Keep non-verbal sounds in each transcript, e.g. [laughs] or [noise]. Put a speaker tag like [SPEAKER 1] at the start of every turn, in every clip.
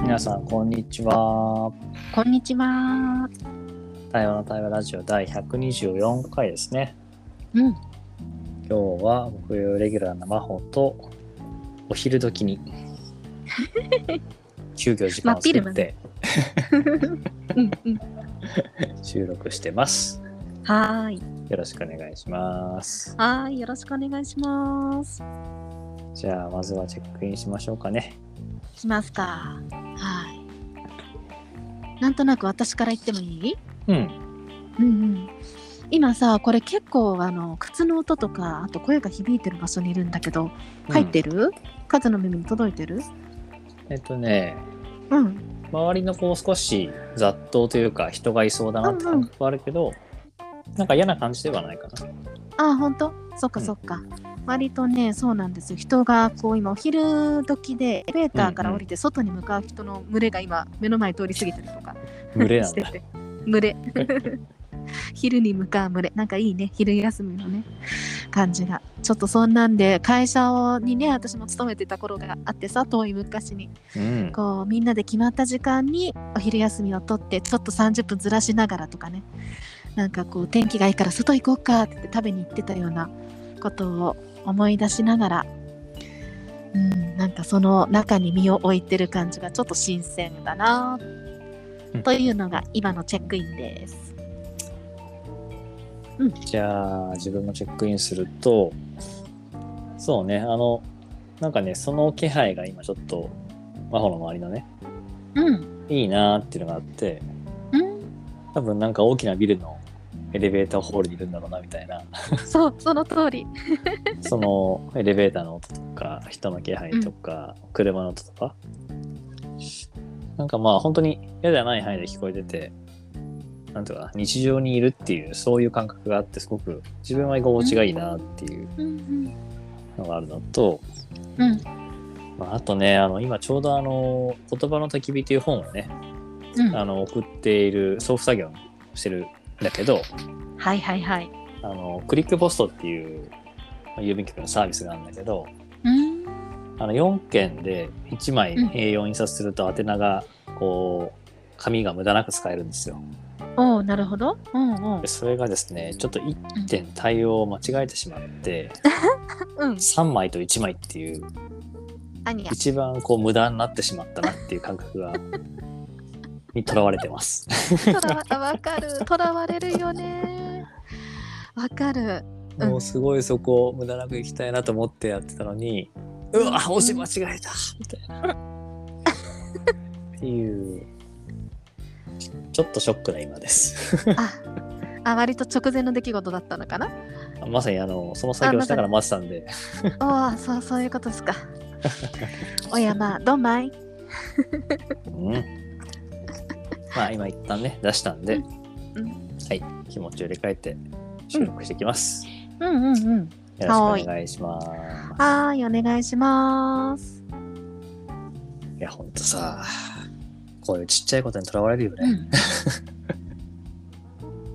[SPEAKER 1] 皆さんこんにちは
[SPEAKER 2] こんにちは。
[SPEAKER 1] 台湾の台湾ラジオ第124回ですね
[SPEAKER 2] うん。
[SPEAKER 1] 今日は木曜レギュラーな真帆とお昼時
[SPEAKER 2] [laughs]
[SPEAKER 1] に休業時間を作
[SPEAKER 2] 真
[SPEAKER 1] っ
[SPEAKER 2] ってうんうん。
[SPEAKER 1] 収録してます
[SPEAKER 2] はーい。
[SPEAKER 1] よろしくお願いします
[SPEAKER 2] はーい。よろしくお願いします。
[SPEAKER 1] じゃあまずはチェックインしましょうかね
[SPEAKER 2] しますか。はい。なんとなく私から言ってもいい
[SPEAKER 1] うん
[SPEAKER 2] うんうん。今さ、これ結構あの靴の音とか、あと声が響いてる場所にいるんだけど、入って
[SPEAKER 1] る、
[SPEAKER 2] る、カズの耳に届いてる
[SPEAKER 1] うんえっとね
[SPEAKER 2] うん。
[SPEAKER 1] 周りのこう少し雑踏というか人がいそうだなって感じはあるけど、なんか嫌な感じではないかな
[SPEAKER 2] ああ、ほんとそっか
[SPEAKER 1] うん
[SPEAKER 2] そっか。割とね、そうなんですよ。人がこう今お昼時でエレベーターから降りて外に向かう人の群れが今目の前通り過ぎてるとか。
[SPEAKER 1] 群れなん
[SPEAKER 2] して
[SPEAKER 1] だ
[SPEAKER 2] て群れ [laughs] 昼に向かう群れなんかいいね昼休みのね感じがちょっとそんなんで会社をにね私も勤めてた頃があってさ遠い昔に
[SPEAKER 1] うん
[SPEAKER 2] こうみんなで決まった時間にお昼休みを取ってちょっと30分ずらしながらとかねなんかこう天気がいいから外行こうかって言って食べに行ってたようなことを思い出しながらうんなんかその中に身を置いてる感じがちょっと新鮮だな
[SPEAKER 1] うん
[SPEAKER 2] というのが今のチェックインです。
[SPEAKER 1] じゃあ自分もチェックインするとそうねあのなんかねその気配が今ちょっと真帆の周りのね
[SPEAKER 2] うん、
[SPEAKER 1] いいなーっていうのがあって
[SPEAKER 2] うん、
[SPEAKER 1] 多分なんか大きなビルのエレベーターホールにいるんだろうなみたいな
[SPEAKER 2] [laughs] そうその通り。
[SPEAKER 1] そのエレベーターの音とか人の気配とか、車の音とかなんかまあ本当に嫌じゃない範囲で聞こえててなんていうかな日常にいるっていうそういう感覚があってすごく自分は居心地がいいなっていう
[SPEAKER 2] うん
[SPEAKER 1] のがあるのと、
[SPEAKER 2] うんうん
[SPEAKER 1] まあ、あとねあの今ちょうどあの「言葉の焚き火」という本をね
[SPEAKER 2] うん
[SPEAKER 1] あの送っている送付作業をしてるんだけど
[SPEAKER 2] はいはいはい。
[SPEAKER 1] あのクリックポストっていうまあ郵便局のサービスがあるんだけど
[SPEAKER 2] うん
[SPEAKER 1] あの4件で1枚
[SPEAKER 2] うん
[SPEAKER 1] A4 印刷すると宛名がこう紙が無駄なく使えるんですよ。
[SPEAKER 2] おおなるほど。うんうん
[SPEAKER 1] でそれがですねちょっと1点対応を間違えてしまって
[SPEAKER 2] うん。
[SPEAKER 1] 3枚と1枚っていう
[SPEAKER 2] アニヤ
[SPEAKER 1] 一番こう無駄になってしまったなっていう感覚
[SPEAKER 2] [laughs]
[SPEAKER 1] がにとらわれてます。
[SPEAKER 2] とら [laughs] わわかる。とらわれるよね。わかる。うん
[SPEAKER 1] もうすごいそこを無駄なく行きたいなと思ってやってたのに、うわ、押し間違えたみたいな。っていう、ちょっとショックな今です。 [laughs]
[SPEAKER 2] あ、あ割と直前の出来事だったのか [laughs] な。
[SPEAKER 1] まさにあの、その作業しながら待ってたんで、
[SPEAKER 2] おお、そうそういうことですか。おやまあ、どんまい。
[SPEAKER 1] うん。まあ今一旦ね、出したんで、
[SPEAKER 2] うんうん
[SPEAKER 1] はい、気持ちを入れ替えて収録していきます。
[SPEAKER 2] うんうんうん。
[SPEAKER 1] よろしくお願いします。
[SPEAKER 2] はーい、お願いします。
[SPEAKER 1] いや、ほんとさ、こういうちっちゃいことにとらわれるよね。
[SPEAKER 2] [laughs]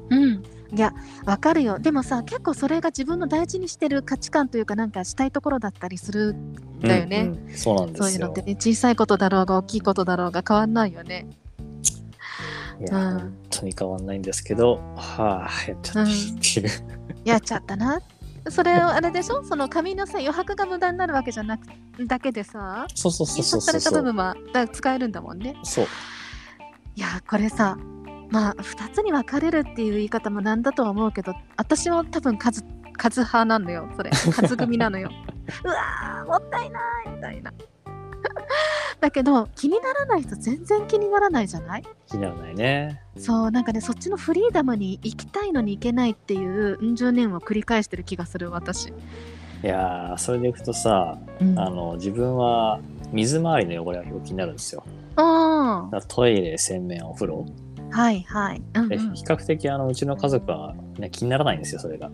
[SPEAKER 2] うん。うん。いや、わかるよ。でもさ、結構それが自分の大事にしてる価値観というか、なんかしたいところだったりする。だよね
[SPEAKER 1] うんうんそうなんで
[SPEAKER 2] そういう
[SPEAKER 1] す
[SPEAKER 2] の
[SPEAKER 1] よ
[SPEAKER 2] って。ね、小さいことだろうが、大きいことだろうが、変わんないよね。
[SPEAKER 1] いや、
[SPEAKER 2] うん
[SPEAKER 1] 本当に変わんないんですけど、はあ、やっちゃったっていう。
[SPEAKER 2] やっちゃったな。それあれでしょその紙のさ余白が無駄になるわけじゃなくだけでさ
[SPEAKER 1] そうそうそ
[SPEAKER 2] 印
[SPEAKER 1] うそう
[SPEAKER 2] 刷さ
[SPEAKER 1] そう
[SPEAKER 2] れた
[SPEAKER 1] そ
[SPEAKER 2] 部
[SPEAKER 1] う。
[SPEAKER 2] 分はだから使えるんだもんね。
[SPEAKER 1] そう、
[SPEAKER 2] いやこれさまあ2つに分かれるっていう言い方もなんだとは思うけど私も多分数数派なのよそれ数組な
[SPEAKER 1] [laughs]
[SPEAKER 2] のよ。うわーもったいないみたいな。だけど気にならない人全然気にならないじゃない
[SPEAKER 1] 気にならないね。
[SPEAKER 2] そうなんかねそっちのフリーダムに行きたいのに行けないっていううん十年を繰り返してる気がする私。
[SPEAKER 1] いやー、それでいくとさ、
[SPEAKER 2] うん
[SPEAKER 1] あの、自分は水回りの汚れが結構気になるんですよ。
[SPEAKER 2] あ
[SPEAKER 1] だからトイレ、洗面、お風呂。
[SPEAKER 2] あ、はいはい。うんう
[SPEAKER 1] で
[SPEAKER 2] ん、
[SPEAKER 1] 比較的、あの、うちの家族は、ね、気にならないんですよ、それが。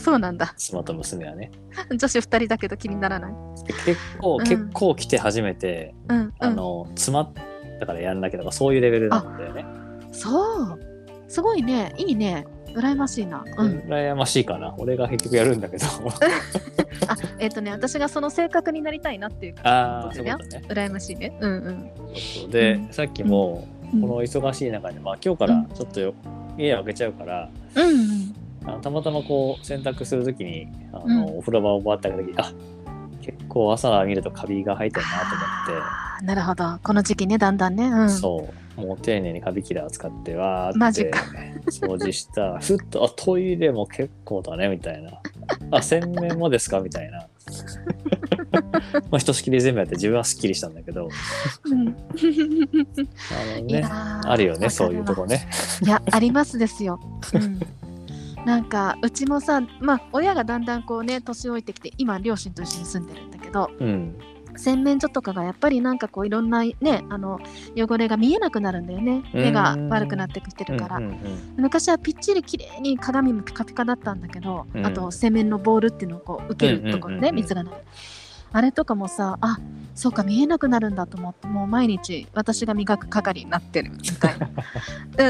[SPEAKER 2] そうなんだ。
[SPEAKER 1] 妻と娘はね。
[SPEAKER 2] 女子二人だけど気にならない。
[SPEAKER 1] で結構、
[SPEAKER 2] うん
[SPEAKER 1] 結構来て初めて、
[SPEAKER 2] うんうん。
[SPEAKER 1] あの、詰まったからやんなきゃとか、そういうレベルなんだよね。
[SPEAKER 2] そう。すごいね。いいね。羨ましいな。うん。
[SPEAKER 1] 羨ましいかな。俺が結局やるんだけ
[SPEAKER 2] [laughs]
[SPEAKER 1] ど。
[SPEAKER 2] あ、えっ、とね、私がその性格になりたいなっていうか、
[SPEAKER 1] ああ、
[SPEAKER 2] そ
[SPEAKER 1] そうう
[SPEAKER 2] だ
[SPEAKER 1] い
[SPEAKER 2] よ
[SPEAKER 1] うことね。
[SPEAKER 2] 羨ましいね。うんうん。
[SPEAKER 1] そうで、
[SPEAKER 2] うん
[SPEAKER 1] さっきも、
[SPEAKER 2] うん
[SPEAKER 1] この忙しい中で、まあ今日からちょっとよ、家開けちゃうから、
[SPEAKER 2] うんうん。
[SPEAKER 1] あのたまたまこう洗濯するときにあの、
[SPEAKER 2] うん
[SPEAKER 1] お風呂場をバーって開けた時あ結構朝見るとカビが生えてるなと思って、
[SPEAKER 2] あーなるほど。この時期ね、だんだんね。うん。
[SPEAKER 1] そうもう丁寧にカビキラー使ってわー
[SPEAKER 2] マ
[SPEAKER 1] っ
[SPEAKER 2] ジ
[SPEAKER 1] て
[SPEAKER 2] か
[SPEAKER 1] 掃除した
[SPEAKER 2] [laughs]
[SPEAKER 1] らふっとあトイレも結構だねみたいなあ洗面もですかみたい
[SPEAKER 2] [laughs]
[SPEAKER 1] なまあひとしきり全部やって自分はすっきりしたんだけど
[SPEAKER 2] うん。
[SPEAKER 1] あの
[SPEAKER 2] いや
[SPEAKER 1] ね
[SPEAKER 2] ー
[SPEAKER 1] あるよ
[SPEAKER 2] わか
[SPEAKER 1] ねそういうとこね
[SPEAKER 2] いやありますですよ。うん、なんかうちもさ、まあ、親がだんだんこうね年老いてきて今両親と一緒に住んでるんだけど
[SPEAKER 1] うん
[SPEAKER 2] 洗面所とかがやっぱりなんかこういろんなねあの汚れが見えなくなるんだよね
[SPEAKER 1] うん
[SPEAKER 2] 目が悪くなってきてるから、
[SPEAKER 1] うんうん
[SPEAKER 2] 昔はぴっちり綺麗に鏡もピカピカだったんだけど、
[SPEAKER 1] うん
[SPEAKER 2] あと洗面のボールっていうのをこう受けるところ
[SPEAKER 1] うんうんうん
[SPEAKER 2] ね
[SPEAKER 1] うん
[SPEAKER 2] 水がない。あれとかもさあそうか見えなくなるんだと思ってもう毎日私が磨く係になってるみ
[SPEAKER 1] [laughs]
[SPEAKER 2] たいな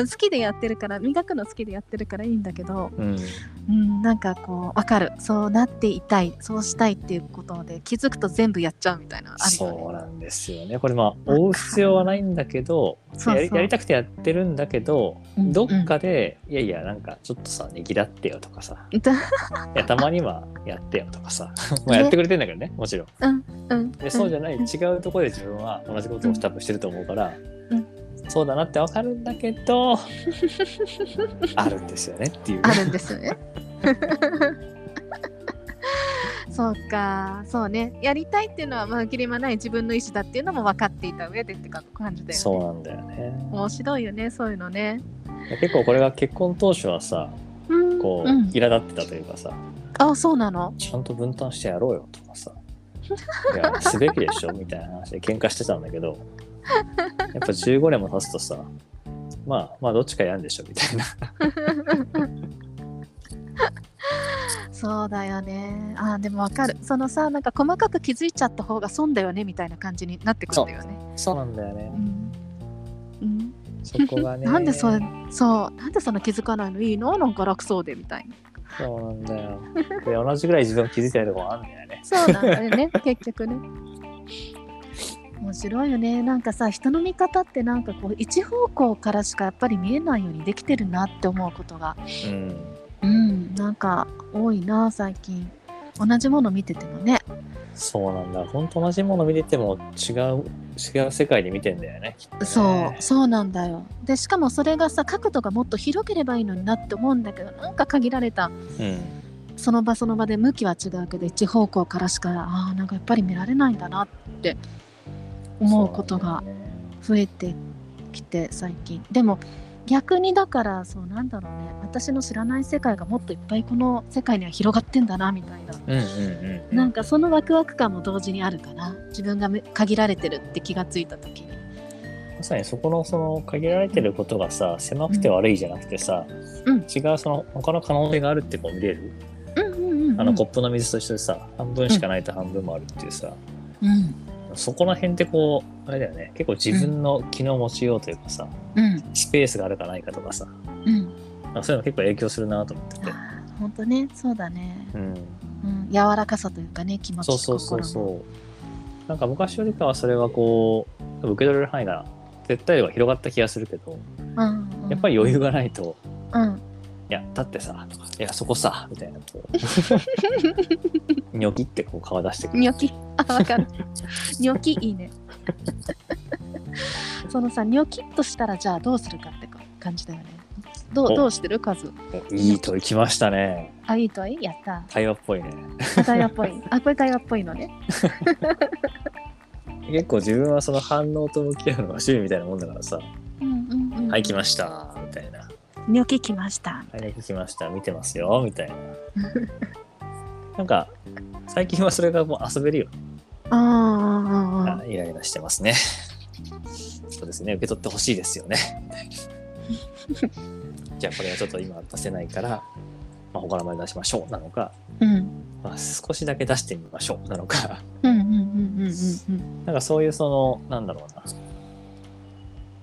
[SPEAKER 2] うん好きでやってるから磨くの好きでやってるからいいんだけど、
[SPEAKER 1] うんうん
[SPEAKER 2] うん、なんかこう分かるそうなっていたいそうしたいっていうことで気づくと全部やっちゃうみたいなのあるよね
[SPEAKER 1] そう
[SPEAKER 2] [laughs]
[SPEAKER 1] なんですよね。これまあ追う必要はないんだけど
[SPEAKER 2] そうそう
[SPEAKER 1] やりやりたくてやってるんだけど
[SPEAKER 2] うん
[SPEAKER 1] どっかで、いやいやなんかちょっとさねぎらってよとかさ
[SPEAKER 2] だ
[SPEAKER 1] いやたまにはやってよとか [laughs] さまあやってくれてんだけどねもちろん。
[SPEAKER 2] うん
[SPEAKER 1] でそうじゃない
[SPEAKER 2] うん
[SPEAKER 1] 違うところで自分は同じことを多分してると思うから、
[SPEAKER 2] うん
[SPEAKER 1] そうだなってわかるんだけ [laughs] どあるんですよねっていう。
[SPEAKER 2] あるんですよ [laughs] ね。そうか、そうね、やりたいっていうのは、まあ、切れ間ない自分の意思だっていうのも分かっていた上でってか感じだよね。
[SPEAKER 1] そうなんだよね。
[SPEAKER 2] 面白いよね、そういうのね。
[SPEAKER 1] 結構これが結婚当初はさ
[SPEAKER 2] うん
[SPEAKER 1] こう、
[SPEAKER 2] うん、
[SPEAKER 1] 苛立ってたというかさ
[SPEAKER 2] あ、そうなの。
[SPEAKER 1] ちゃんと分担してやろうよとか [laughs] さいやすべきでしょみたいな話で喧嘩してたんだけどやっぱ15年も経つとさまあまあどっちかやんでしょみたいな
[SPEAKER 2] そうだよね。あ、でも分かる。そのさ、なんか細かく気づいちゃった方が損だよねみたいな感じになってくるんだよね。
[SPEAKER 1] そうなんだよね
[SPEAKER 2] うん。うん
[SPEAKER 1] そこがね
[SPEAKER 2] なんでそれそうなんでその気づかないのいいのなんか楽そうでみたいな
[SPEAKER 1] そうなんだよで同じぐらい自分も気づいてないとこもあるんだよね
[SPEAKER 2] [laughs] そうなんだよ [laughs] ね結局ね。面白いよねなんかさ人の見方ってなんかこう一方向からしかやっぱり見えないようにできてるなって思うことが
[SPEAKER 1] うん
[SPEAKER 2] うんなんか多いな最近同じもの見ててもね
[SPEAKER 1] そうなんだほんと同じもの見てても違う違う世界で見てんだよねきっとね
[SPEAKER 2] そうそうなんだよでしかもそれがさ角度がもっと広ければいいのになって思うんだけどなんか限られた
[SPEAKER 1] うん
[SPEAKER 2] その場その場で向きは違うけど一方向からしかああんかやっぱり見られないんだなって思うことが
[SPEAKER 1] そうなんだよね
[SPEAKER 2] 増えてきて最近でも逆にだからそうなんだろうね私の知らない世界がもっといっぱいこの世界には広がってんだなみたいな、
[SPEAKER 1] うんうんうんうん
[SPEAKER 2] なんかそのワクワク感も同時にあるかな自分がめ限られてるって気がついた時に
[SPEAKER 1] まさにそこのその限られてることがさ狭くて悪いじゃなくてさ、
[SPEAKER 2] うん
[SPEAKER 1] 違うその他の可能性があるってこう見れる、
[SPEAKER 2] うんうんうん
[SPEAKER 1] あのコップの水と一緒でさ半分しかないと半分もあるっていうさ、
[SPEAKER 2] うん
[SPEAKER 1] そこら辺ってこうあれだよね結構自分の気の持ちようというかさ、
[SPEAKER 2] うん
[SPEAKER 1] スペースがあるかないかとかさな
[SPEAKER 2] うん
[SPEAKER 1] んかそういうの結構影響するなと思ってて、
[SPEAKER 2] あーほんとねそうだね、
[SPEAKER 1] うん、
[SPEAKER 2] うん、柔らかさというかね気持ち
[SPEAKER 1] そうそうそうそうなんか昔よりかはそれはこう受け取れる範囲が絶対よりは広がった気がするけど
[SPEAKER 2] 心もうんうん、
[SPEAKER 1] やっぱり余裕がないと、
[SPEAKER 2] うん
[SPEAKER 1] いや、だってさ、とか、いや、そこさ、みたいな、 [laughs] こう、ニョキってこう顔出してくる。
[SPEAKER 2] ニョキ。あ、わかる。ニョキいいね。 [laughs] そのさ、ニョキっとしたら、じゃあどうするかって感じだよね。どう
[SPEAKER 1] お
[SPEAKER 2] どうしてる数
[SPEAKER 1] いいと行きましたね。
[SPEAKER 2] あ、いいといいやった。
[SPEAKER 1] 対話っぽいね。
[SPEAKER 2] あ対話っ
[SPEAKER 1] [laughs]
[SPEAKER 2] ぽい。あ、これ対話っぽいのね。
[SPEAKER 1] 結構自分はその反応と向き合うのが趣味みたいなもんだからさ、
[SPEAKER 2] うんうんうん。
[SPEAKER 1] はい、来ました、みたいな。は
[SPEAKER 2] ニョキ来ました。
[SPEAKER 1] い、ニョキ来ました、見てますよ、みたいな。なんか、最近はそれがもう遊べるよ。
[SPEAKER 2] あああああ
[SPEAKER 1] あイライラしてますね。そうですね、受け取ってほしいですよね。じゃあ、これはちょっと今出せないから、まあ、他の前で出しましょう、なのか。
[SPEAKER 2] あ。うん。
[SPEAKER 1] まあ、少しだけ出してみましょうなのか
[SPEAKER 2] うんうんうんうんうん
[SPEAKER 1] なんかそういうそのなんだろうな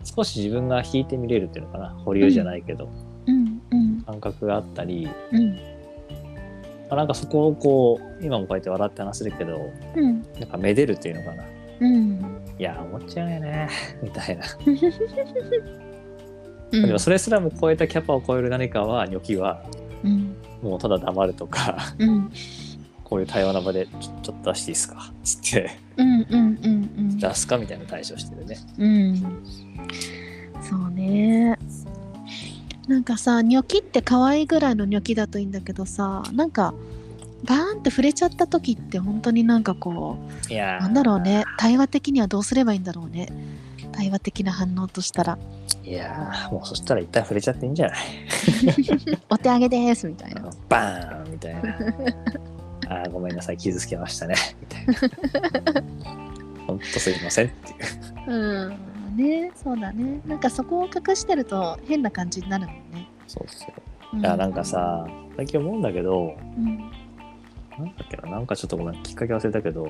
[SPEAKER 1] 少し自分が引いてみれるっていうのかな保留じゃないけど、
[SPEAKER 2] うんうんうんうん
[SPEAKER 1] 感覚があったり、ま
[SPEAKER 2] うん
[SPEAKER 1] あ、なんかそこをこう今もこうやって笑って話してるけど
[SPEAKER 2] うん
[SPEAKER 1] なんかめでるっていうのかな
[SPEAKER 2] うん
[SPEAKER 1] いや思っちゃうよね [laughs] みたいな、でもそれすらも超えたキャパを超える何かはニョキは
[SPEAKER 2] うん
[SPEAKER 1] もうただ黙るとか [laughs]
[SPEAKER 2] うん
[SPEAKER 1] こういう対話の場でちょちょっと出していいですかつって
[SPEAKER 2] うんうんうん
[SPEAKER 1] 出すかみたいな対処してるね
[SPEAKER 2] うんそうねなんかさニョキって可愛いぐらいのニョキだといいんだけどさなんかバーンって触れちゃった時って本当になんかこう
[SPEAKER 1] いやー
[SPEAKER 2] なんだろうね対話的にはどうすればいいんだろうね対話的な反応としたら
[SPEAKER 1] いやーもうそしたら一旦触れちゃっていいんじゃない
[SPEAKER 2] 「お手上げです」みたいな
[SPEAKER 1] バーンみたい
[SPEAKER 2] [laughs]
[SPEAKER 1] なあーごめんなさい傷つけましたねみたい
[SPEAKER 2] [laughs]
[SPEAKER 1] なほんとすいませんっていう
[SPEAKER 2] うんねそうだねなんかそこを隠してると変な感じになるもんね、
[SPEAKER 1] そうそう
[SPEAKER 2] う
[SPEAKER 1] いやなんかさ最近思うんだけど
[SPEAKER 2] うん
[SPEAKER 1] なんだっけななんかちょっとごめんきっかけ忘れたけど、
[SPEAKER 2] う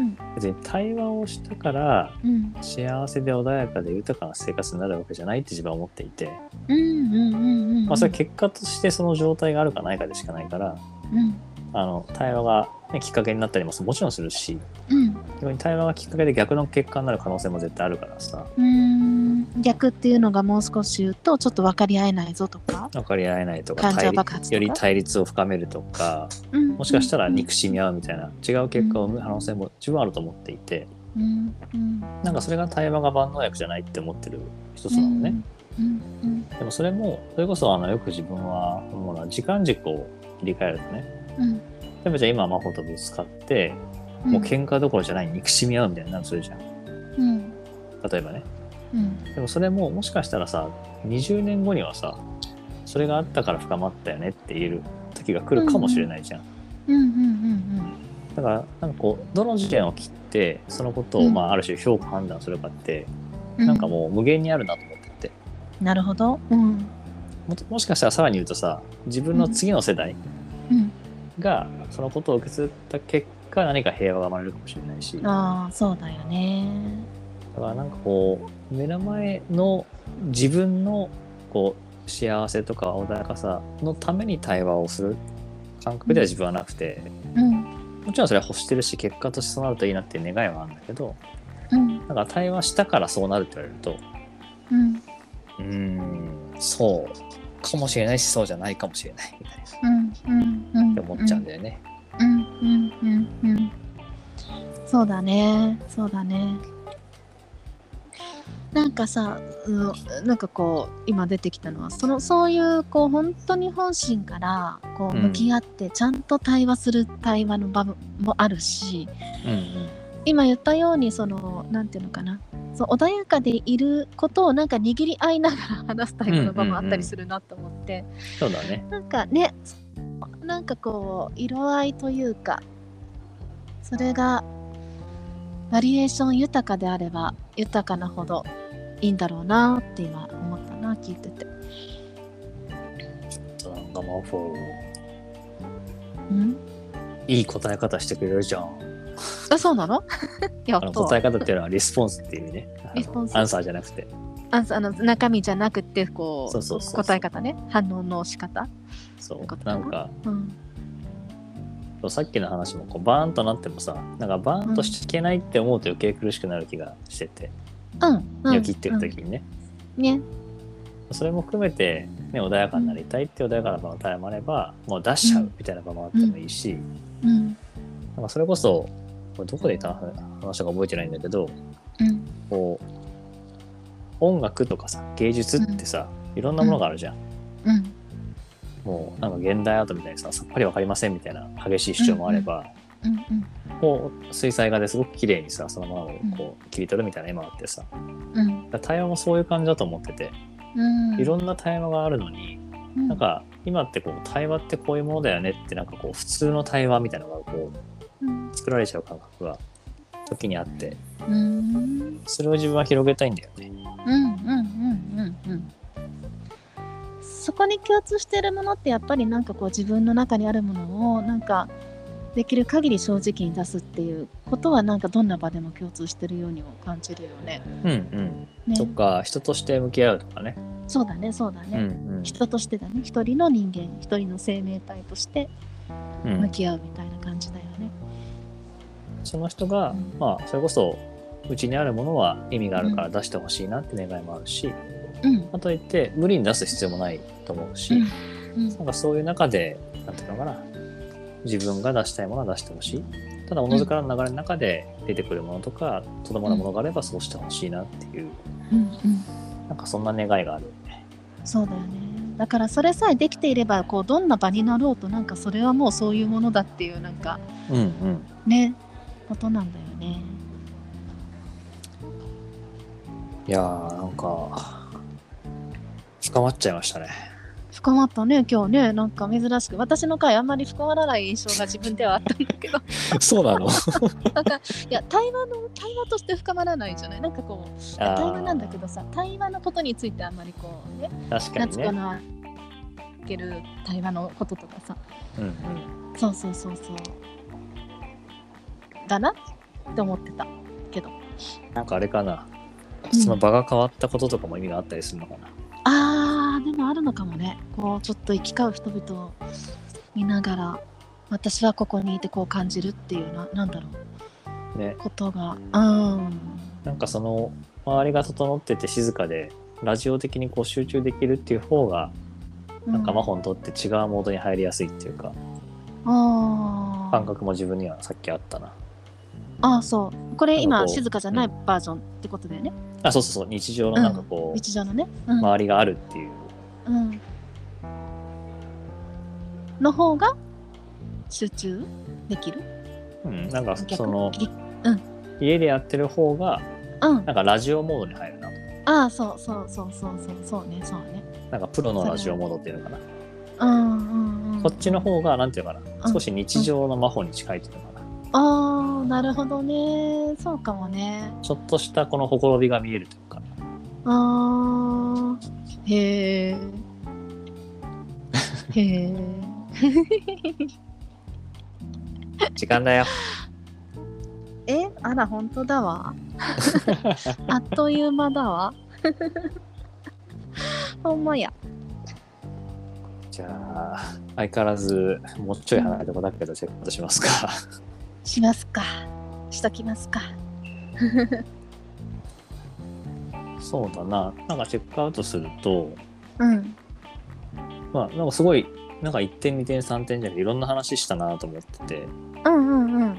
[SPEAKER 2] ん
[SPEAKER 1] 別に対話をしたから
[SPEAKER 2] うん
[SPEAKER 1] 幸せで穏やかで豊かな生活になるわけじゃないって自分は思っていて、
[SPEAKER 2] うんうんうんうん
[SPEAKER 1] まあ、それは結果としてその状態があるかないかでしかないから
[SPEAKER 2] うん
[SPEAKER 1] あの対話が、ね、きっかけになったりももちろんするし
[SPEAKER 2] うん
[SPEAKER 1] 逆に対話がきっかけで逆の結果になる可能性も絶対あるからさ
[SPEAKER 2] うーん逆っていうのがもう少し言うとちょっと分かり合えないぞとか
[SPEAKER 1] 分かり合えないとか
[SPEAKER 2] 感情
[SPEAKER 1] 対立
[SPEAKER 2] 爆発とか
[SPEAKER 1] より対立を深めるとかもしかしたら憎しみ合うみたいな違う結果を生む可能性も十分あると思っていて
[SPEAKER 2] うんうん
[SPEAKER 1] なんかそれが対話が万能薬じゃないって思ってる一つなのね。
[SPEAKER 2] うんうん
[SPEAKER 1] でもそれもそれこそあのよく自分は思うのは時間軸を切り替えるとね
[SPEAKER 2] うん
[SPEAKER 1] 例えばじゃあ今真帆とぶつかって
[SPEAKER 2] うん
[SPEAKER 1] もう喧嘩どころじゃない憎しみ合うみたいになるとするじゃん
[SPEAKER 2] うん
[SPEAKER 1] 例えばね
[SPEAKER 2] うん
[SPEAKER 1] でもそれももしかしたらさ20年後にはさそれがあったから深まったよねって言える時が来るかもしれないじゃん、
[SPEAKER 2] うんうんうん
[SPEAKER 1] だからなんかこうどの事件を切ってそのこと
[SPEAKER 2] う
[SPEAKER 1] を
[SPEAKER 2] ん
[SPEAKER 1] まあある種評価判断するかって、
[SPEAKER 2] うん
[SPEAKER 1] なんかもう無限にあるなと思ってて
[SPEAKER 2] うんなるほどうん
[SPEAKER 1] もっともしかしたらさらに言うとさ自分の次の世代
[SPEAKER 2] うん
[SPEAKER 1] がそのことを受け継いだ結果何か平和が生まれるかもしれないしだか
[SPEAKER 2] ああそうだよね
[SPEAKER 1] らなんかこう目の前の自分のこう幸せとか穏やかさのために対話をする感覚では自分はなくて、
[SPEAKER 2] うん
[SPEAKER 1] もちろんそれは欲してるし結果としてそうなるといいなっていう願いはあるんだけど
[SPEAKER 2] うん
[SPEAKER 1] なんか対話したからそうなるって言われると
[SPEAKER 2] うん
[SPEAKER 1] うーんそうかもしれないしそうじゃないかもしれないみたいなっ
[SPEAKER 2] うんうんうん
[SPEAKER 1] て思っちゃうんだよね。
[SPEAKER 2] うんうんうんうんそうだねそうだねなんかさ、うん、なんかこう今出てきたのはそのそういうこう本当に本心からこう
[SPEAKER 1] うん
[SPEAKER 2] 向き合ってちゃんと対話する対話の場もあるし
[SPEAKER 1] うんうん
[SPEAKER 2] 今言ったようにそのなんていうのかなそう穏やかでいることをなんか握り合いながら話す対話の場もあったりするなと思って、
[SPEAKER 1] そうだね。
[SPEAKER 2] なんかねなんかこう色合いというかそれがバリエーション豊かであれば豊かなほどいいんだろうなって今思ったな聞いてて。
[SPEAKER 1] なんかマンフォー
[SPEAKER 2] うん、
[SPEAKER 1] いい答え方してくれるじゃん。
[SPEAKER 2] あそう
[SPEAKER 1] [laughs]
[SPEAKER 2] なのやっ
[SPEAKER 1] あの
[SPEAKER 2] と
[SPEAKER 1] 答え方っていうのはリスポンスっていう意味ね。あの
[SPEAKER 2] リスポンス
[SPEAKER 1] アンサーじゃなくて。
[SPEAKER 2] あそあの中身じゃなくてこう
[SPEAKER 1] そうそうそうそう
[SPEAKER 2] 答え方ね反応の仕方、
[SPEAKER 1] そ
[SPEAKER 2] ということ
[SPEAKER 1] う。
[SPEAKER 2] か
[SPEAKER 1] な
[SPEAKER 2] なん
[SPEAKER 1] か
[SPEAKER 2] うん、
[SPEAKER 1] そうさっきの話もこうバーンとなってもさなんかバーンとしちゃいけないって思うと余計苦しくなる気がしてて、
[SPEAKER 2] うんうん
[SPEAKER 1] よきってる時にね。
[SPEAKER 2] うんね
[SPEAKER 1] それも含めて、ね、穏やかになりたいって穏やかな場のタイもあればもう出しちゃうみたいな場もあってもいいし、
[SPEAKER 2] うん
[SPEAKER 1] なんかそれこそこれどこでいた話したか覚えてないんだけど
[SPEAKER 2] うん
[SPEAKER 1] こう音楽とかさ芸術ってさ、いろんなものがあるじゃん、
[SPEAKER 2] うん
[SPEAKER 1] もうなんか現代アートみたいにささっぱりわかりませんみたいな激しい主張もあれば、
[SPEAKER 2] うん
[SPEAKER 1] こう水彩画ですごく綺麗にさそのままをこう切り取るみたいな今あってさだか
[SPEAKER 2] うん
[SPEAKER 1] ら対話もそういう感じだと思ってて
[SPEAKER 2] うん
[SPEAKER 1] いろんな対話があるのに
[SPEAKER 2] な
[SPEAKER 1] なんか今ってこう対話ってこういうものだよねってなんかこう普通の対話みたいなのがこう
[SPEAKER 2] うん
[SPEAKER 1] 作られちゃう感覚が時にあって
[SPEAKER 2] うん
[SPEAKER 1] それを自分は広げたいんだよね。
[SPEAKER 2] うんうんうんうんうんそこに共通しているものってやっぱりなんかこう自分の中にあるものをなんかできる限り正直に出すっていうことはなんかどんな場でも共通してるようにも感じるよね。
[SPEAKER 1] うんうん、
[SPEAKER 2] ね
[SPEAKER 1] とか人として向き合うとかね
[SPEAKER 2] そうだねそうだね、
[SPEAKER 1] うん
[SPEAKER 2] 人としてだね一人の人間一人の生命体として
[SPEAKER 1] うんう
[SPEAKER 2] 向
[SPEAKER 1] ん、
[SPEAKER 2] き合うみたいな感じだよね、
[SPEAKER 1] その人が、
[SPEAKER 2] うん
[SPEAKER 1] まあそれこそうちにあるものは意味があるから出してほしいなって願いもあるし、
[SPEAKER 2] うん
[SPEAKER 1] あといって無理に出す必要もないと思うし、
[SPEAKER 2] うんうん
[SPEAKER 1] なんかそういう中でなんていうのかな自分が出したいものは出してほしいただおのずからの流れの中で出てくるものとかとどまるものがあればそうしてほしいなっていう
[SPEAKER 2] うんうん
[SPEAKER 1] なんかそんな願いがあるよね。
[SPEAKER 2] そうだよねだからそれさえできていればこうどんな場になろうとなんかそれはもうそういうものだっていうなんか
[SPEAKER 1] うんうん
[SPEAKER 2] ねことなんだよね
[SPEAKER 1] いやーなんか深まっちゃいましたね。
[SPEAKER 2] 深まったね今日ねなんか珍しく私の回あんまり深まらない印象が自分ではあったんだ
[SPEAKER 1] [laughs]
[SPEAKER 2] けど
[SPEAKER 1] そうなの
[SPEAKER 2] なんかいや対話の対話として深まらないじゃないなんかこう対話なんだけどさ対話のことについてあんまりこうね
[SPEAKER 1] 確かに
[SPEAKER 2] 夏
[SPEAKER 1] ね
[SPEAKER 2] 子。のあげる対話のこととかさ
[SPEAKER 1] うんうん、
[SPEAKER 2] そうそうそうそうだなって思ってたけど
[SPEAKER 1] なんかあれかな
[SPEAKER 2] うん
[SPEAKER 1] その場が変わったこととかも意味があったりするのかな。
[SPEAKER 2] あーでもあるのかもねこうちょっと行き交う人々を見ながら私はここにいてこう感じるっていうななんだろう
[SPEAKER 1] ね
[SPEAKER 2] ことがうん
[SPEAKER 1] なんかその周りが整ってて静かでラジオ的にこう集中できるっていう方がなんか真帆にとって違うモードに入りやすいっていうか
[SPEAKER 2] あー
[SPEAKER 1] 感覚も自分にはさっきあったな。
[SPEAKER 2] あーそうこれ
[SPEAKER 1] な
[SPEAKER 2] 今
[SPEAKER 1] んかこう
[SPEAKER 2] 静かじゃないバージョンってことだよね、
[SPEAKER 1] あそうそうそう日常のなんかこう、
[SPEAKER 2] 日常のね、うん
[SPEAKER 1] 周りがあるっていう
[SPEAKER 2] うん、の方が集中できる
[SPEAKER 1] うん、なんか
[SPEAKER 2] 逆
[SPEAKER 1] その
[SPEAKER 2] ぎ
[SPEAKER 1] 家でやってる方が
[SPEAKER 2] うん
[SPEAKER 1] なんかラジオモードに入るな
[SPEAKER 2] ああそうそうそうそうそうそうねそうね
[SPEAKER 1] なんかプロのラジオモードっていうのかな
[SPEAKER 2] うんうんうん
[SPEAKER 1] こっちの方がなんていうのか
[SPEAKER 2] う
[SPEAKER 1] なん少し日常の魔法に近いっていうのかな
[SPEAKER 2] あーなるほどねそうかもね
[SPEAKER 1] ちょっとしたこのほころびが見えるというか
[SPEAKER 2] あーへえへえ
[SPEAKER 1] 時間だよ
[SPEAKER 2] えあら本当だわ [laughs] あっという間だわほんまや
[SPEAKER 1] じゃあ相変わらずもうちょい離れたことだけどチェックしますか
[SPEAKER 2] しますかしときますか
[SPEAKER 1] [laughs] そうだななんかチェックアウトすると
[SPEAKER 2] うん
[SPEAKER 1] まあなんかすごいなんか1点2点3点じゃなくていろんな話したなと思ってて
[SPEAKER 2] うんうんうん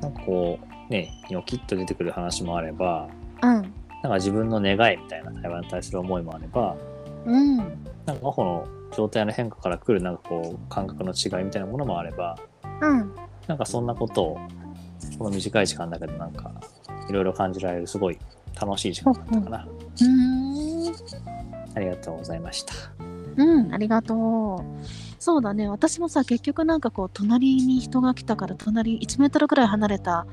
[SPEAKER 1] なんかこうねニョキッと出てくる話もあれば
[SPEAKER 2] うん
[SPEAKER 1] なんか自分の願いみたいな対話に対する思いもあれば
[SPEAKER 2] うん
[SPEAKER 1] なんか真帆の状態の変化から来るなんかこう感覚の違いみたいなものもあれば
[SPEAKER 2] うん
[SPEAKER 1] なんかそんなことをこの短い時間だけどなんかいろいろ感じられるすごい楽しい時間だったかな、
[SPEAKER 2] うーん
[SPEAKER 1] ありがとうございました
[SPEAKER 2] うん、ありがとう。そうだね、私もさ、結局なんかこう、隣に人が来たから、隣1メートルくらい離れた、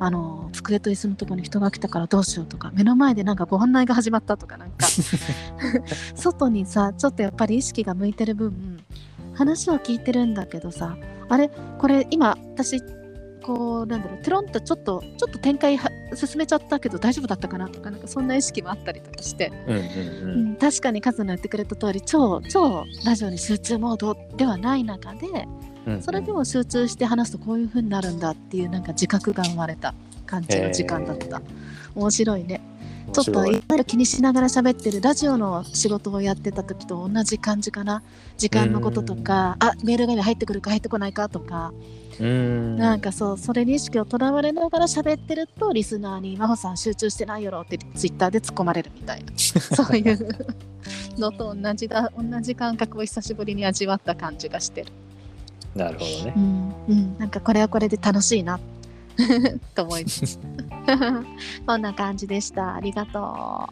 [SPEAKER 2] あの、机と椅子のとこに人が来たからどうしようとか、目の前でなんかご案内が始まったとか、なんか、外にさ、ちょっとやっぱり意識が向いてる分、話を聞いてるんだけどさ、あれ、これ今、私、こう、なんだろう、テロンってちょっと、ちょっと展開は進めちゃったけど大丈夫だったかなとか、なんかそんな意識もあったりとかして。
[SPEAKER 1] うんうんう
[SPEAKER 2] うん、確かにカズの言ってくれた通り超超ラジオに集中モードではない中で
[SPEAKER 1] うんうん
[SPEAKER 2] それでも集中して話すとこういう風になるんだっていうなんか自覚が生まれた感じの時間だった、面白いねちょっとい
[SPEAKER 1] 面
[SPEAKER 2] わゆる気にしながら喋ってるラジオの仕事をやってた時と同じ感じかな時間のこととかあメールが今入ってくるか入ってこないかとか、
[SPEAKER 1] 白いうん
[SPEAKER 2] なんかそうそれに意識をとらわれながら喋ってるとリスナーに「真帆さん集中してないよろ」ってツイッターで突っ込まれるみた
[SPEAKER 1] [laughs]
[SPEAKER 2] いなそういうのと同じだ同じ感覚を久しぶりに味わった感じがしてる、
[SPEAKER 1] なるほどね
[SPEAKER 2] うんうん、なんかこれはこれで楽しいな [laughs] と思います [laughs] そんな感じでしたありがと
[SPEAKER 1] あ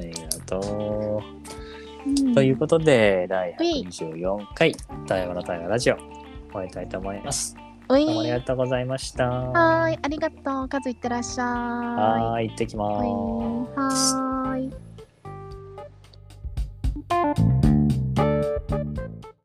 [SPEAKER 1] りがと
[SPEAKER 2] う、うん
[SPEAKER 1] うということで第124回「対話の対話ラジオ」終えたいと思います
[SPEAKER 2] うい
[SPEAKER 1] どうもありがとうございました
[SPEAKER 2] は
[SPEAKER 1] は
[SPEAKER 2] ーいありがとうカズいってらっしゃい
[SPEAKER 1] はーい行ってきま
[SPEAKER 2] は
[SPEAKER 1] ーす
[SPEAKER 2] いはーい